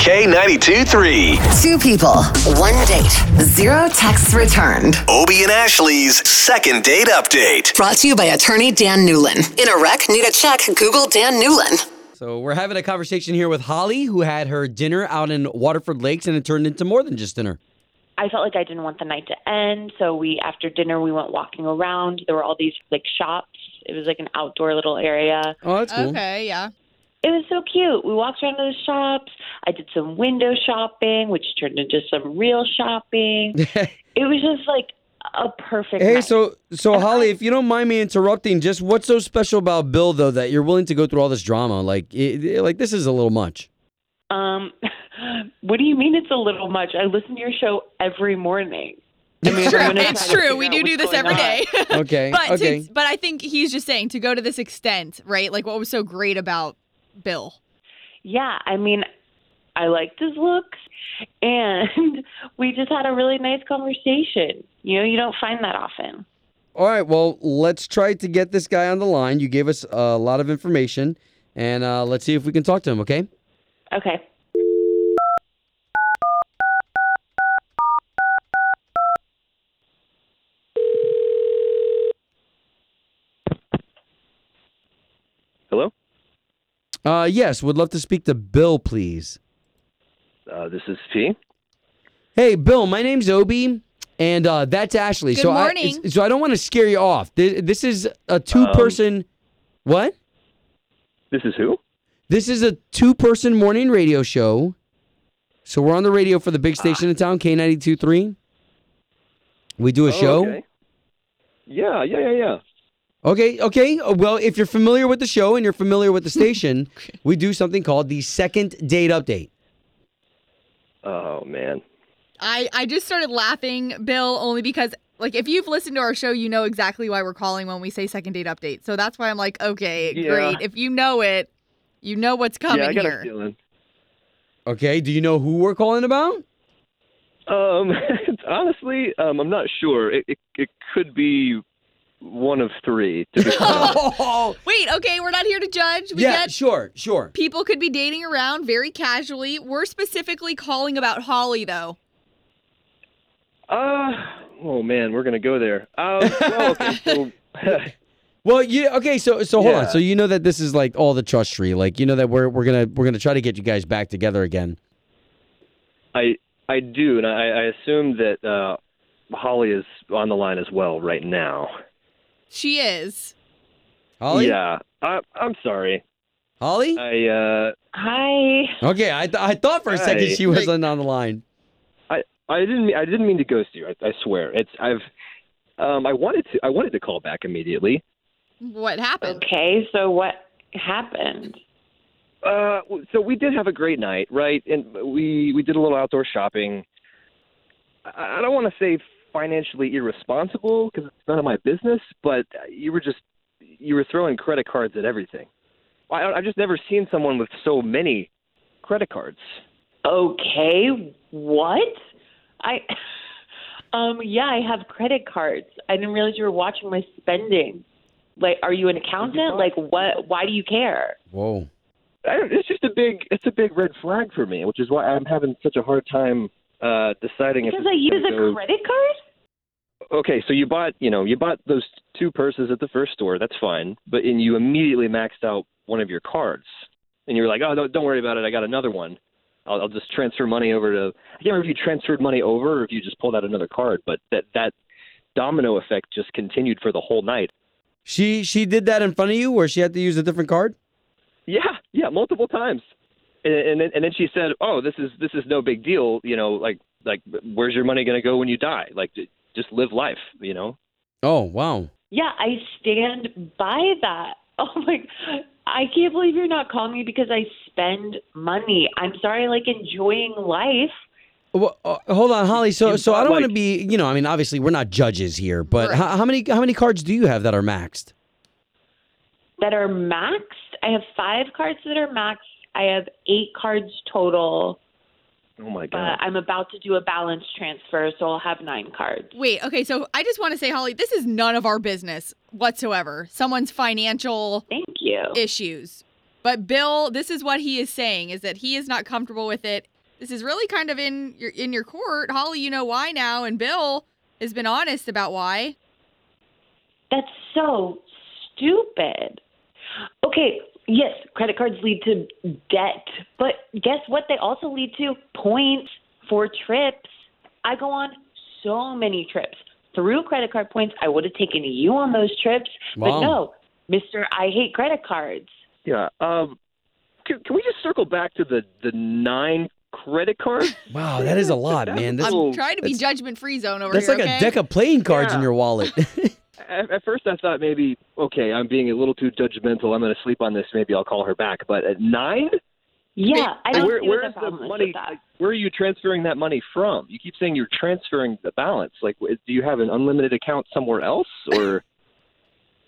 K92 3. Two people, one date, zero texts returned. Obie and Ashley's second date update. Brought to you by attorney Dan Newlin. In a wreck, need a check, Google Dan Newlin. So we're having a conversation here with Holly, who had her dinner out in Waterford Lakes, and it turned into more than just dinner. I felt like I didn't want the night to end, so we after dinner we went walking around. There were all these like shops. It was like an outdoor little area. Oh, that's cool. Okay, yeah. It was so cute. We walked around to the shops. I did some window shopping, which turned into some real shopping. it was just like a perfect hey, night. so so Holly, if you don't mind me interrupting, just what's so special about Bill though that you're willing to go through all this drama? Like, it, it- like this is a little much. um what do you mean it's a little much? I listen to your show every morning. I mean, True. I'm gonna It's try to true. We figure do out do what's this every going on. day. Okay, but to- okay. but I think he's just saying to go to this extent, right? Like what was so great about Bill? yeah, I mean, I liked his looks, and we just had a really nice conversation. You know, you don't find that often. All right, well, let's try to get this guy on the line. You gave us a lot of information, and uh, let's see if we can talk to him. Okay. Okay. Hello. Uh, yes, would love to speak to Bill, please. Uh, this is T. Hey, Bill, my name's Obi, and uh, that's Ashley. Good so I, morning. it's- so I don't want to scare you off. This, this is a two-person. what? Um, This is who? This is a two-person morning radio show. So we're on the radio for the big station in town, K 923 We do a Oh, show. okay. Yeah, yeah, yeah, yeah. Okay, okay. Uh, Well, if you're familiar with the show and you're familiar with the station, we do something called the second date update. Oh man. I I just started laughing, Bill, only because like if you've listened to our show, you know exactly why we're calling when we say second date update. So that's why I'm like, okay, Yeah. great. If you know it, you know what's coming yeah, I got here. a feeling. Okay, do you know who we're calling about? Um, honestly, um, I'm not sure. It, it it could be one of three. To be honest. Oh, Wait, okay, we're not here to judge. We yeah, get sure, sure. people could be dating around very casually. We're specifically calling about Holly though. Uh, oh man, we're gonna go there. Uh, well, okay, so, Well, you okay? So, so hold on. Yeah. So you know that this is like all the trust tree. Like you know that we're we're gonna we're gonna try to get you guys back together again. I I do, and I, I assume that uh, Holly is on the line as well right now. She is. Holly, Yeah. I, I'm sorry. Holly. I uh. Hi. okay, I th- I thought for a second Hi. she wasn't on the line. I I didn't mean, I didn't mean to ghost you. I, I swear. It's I've um I wanted to I wanted to call back immediately. What happened? Okay, so what happened? Uh w- so we did have a great night, right? And we we did a little outdoor shopping. I, I don't want to say financially irresponsible because it's none of my business, but you were just you were throwing credit cards at everything. I I've just never seen someone with so many credit cards. Okay, what? I. Um, yeah, I have credit cards. I didn't realize you were watching my spending. Like, are you an accountant? Like, what? Why do you care? Whoa. I don't, it's just a big it's a big red flag for me, which is why I'm having such a hard time uh deciding if Because this I is use gonna a go- credit card. okay, so you bought, you know, you bought those two purses at the first store. That's fine, but and you immediately maxed out one of your cards, and you were like, oh, don't, don't worry about it. I got another one. I'll, I'll just transfer money over to. I can't remember if you transferred money over or if you just pulled out another card, but that that domino effect just continued for the whole night. She she did that in front of you where she had to use a different card. Yeah, yeah, multiple times. And, and then and then she said, "Oh, this is this is no big deal. You know, like like where's your money going to go when you die? Like j- just live life. You know." Oh wow. Yeah, I stand by that. Oh my, I can't believe you're not calling me because I spend money. I'm sorry, I like enjoying life. Well, uh, hold on, Holly. So You so I bought, don't want to like- be you know I mean obviously we're not judges here, but Right. how, how many how many cards do you have that are maxed? That are maxed. I have five cards that are maxed. I have eight cards total, Oh my but god. I'm about to do a balance transfer, so I'll have nine cards. Wait, okay, so I just want to say, Holly, this is none of our business whatsoever. Someone's financial Thank you. issues. But Bill, this is what he is saying is that he is not comfortable with it this is really kind of in your in your court. Holly, you know why now, and Bill has been honest about why. That's so stupid. Okay, yes, credit cards lead to debt, but guess what? They also lead to points for trips. I go on so many trips through credit card points. I would have taken you on those trips, Wow. but no, Mister, I hate credit cards. Yeah. Um, can, can we just circle back to the the nine credit cards? Wow, that is a lot, man. That's, Oh, I'm trying to be judgment free zone over that's here. like okay? a deck of playing cards in Yeah. your wallet. at, at first, I thought maybe okay, I'm being a little too judgmental. I'm going to sleep on this. Maybe I'll call her back. But at nine, Yeah, I don't where see what where's the the problem is money? with that. like, where are you transferring that money from? You keep saying you're transferring the balance. Like, w- do you have an unlimited account somewhere else, or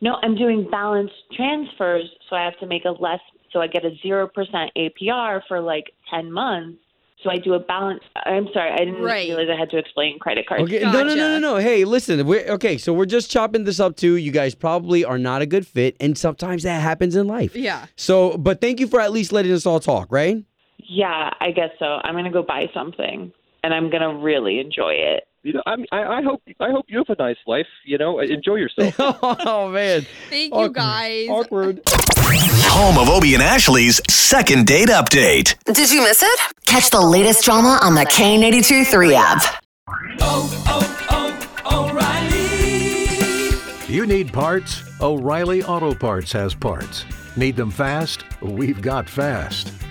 No, I'm doing balance transfers, so I have to make a less, so I get a 0% APR for like 10 months. So I do a balance. I'm sorry, I didn't Right. realize I had to explain credit cards. Okay, no, no, no, no, Gotcha. no. Hey, listen. We're, okay, so we're just chopping this up too. You guys probably are not a good fit, and sometimes that happens in life. Yeah. So, but thank you for at least letting us all talk, right? Yeah, I guess so. I'm going to go buy something and I'm going to really enjoy it. you know? I'm, I, I hope I hope you have a nice life. You know, enjoy yourself. oh man. Thank you Awkward. guys. Awkward. Home of Obie and Ashley's second date update. Did you miss it? Catch the latest drama on the K82 3 app. You need parts? O'Reilly Auto Parts has parts. Need them fast? We've got fast.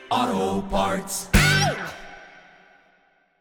O'Reilly. Auto Parts.